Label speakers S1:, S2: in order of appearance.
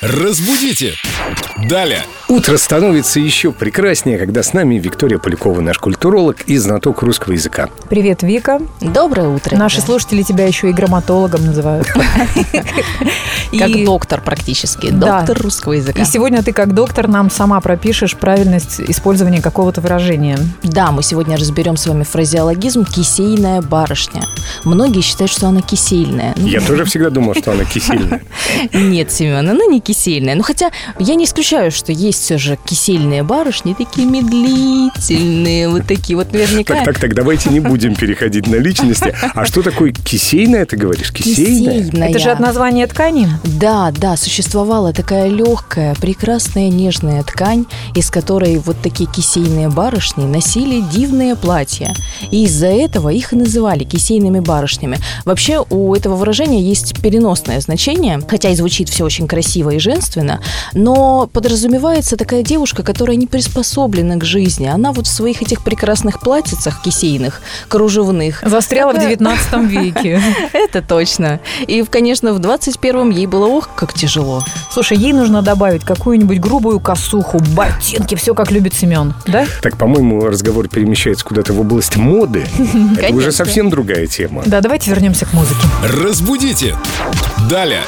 S1: Разбудите! Далее!
S2: Утро становится еще прекраснее, когда с нами Виктория Полякова, наш культуролог и знаток русского языка.
S3: Привет, Вика.
S4: Доброе утро.
S3: Наши
S4: ребят.
S3: слушатели тебя еще и грамматологом называют.
S4: Как
S3: И-
S4: доктор практически,
S3: Да.
S4: доктор русского языка.
S3: И сегодня ты, как доктор, нам сама пропишешь правильность использования какого-то выражения.
S4: Да, мы сегодня разберем с вами фразеологизм «кисейная барышня». Многие считают, что она кисельная. Ну,
S2: Я тоже всегда думал, что она кисельная.
S4: Нет, Семен, она не кисельная. Ну, хотя я не исключаю, что есть все же кисельные барышни, такие медлительные, вот такие вот наверняка.
S2: Так, так, так, давайте не будем переходить на личности. А что такое кисейная, ты говоришь? Кисейная?
S4: Кисейная.
S3: Это же от названия ткани.
S4: Да, да, существовала такая легкая, прекрасная, нежная ткань, из которой вот такие кисейные барышни носили дивные платья. И из-за этого их и называли кисейными барышнями. Вообще у этого выражения есть переносное значение, хотя и звучит все очень красиво и женственно, но подразумевается такая девушка, которая не приспособлена к жизни. Она вот в своих этих прекрасных платьицах кисейных, кружевных,
S3: Застряла в
S4: Такая-
S3: 19 веке.
S4: это точно. И, конечно, в 21-м ей было ох, как тяжело.
S3: Слушай, ей нужно добавить какую-нибудь грубую косуху, ботинки, все как любит Семен. Да?
S2: Так, по-моему, разговор перемещается куда-то в область моды. Это уже
S4: Конечно.
S2: совсем другая тема.
S3: Да, давайте вернемся к музыке.
S1: Разбудите! Далее!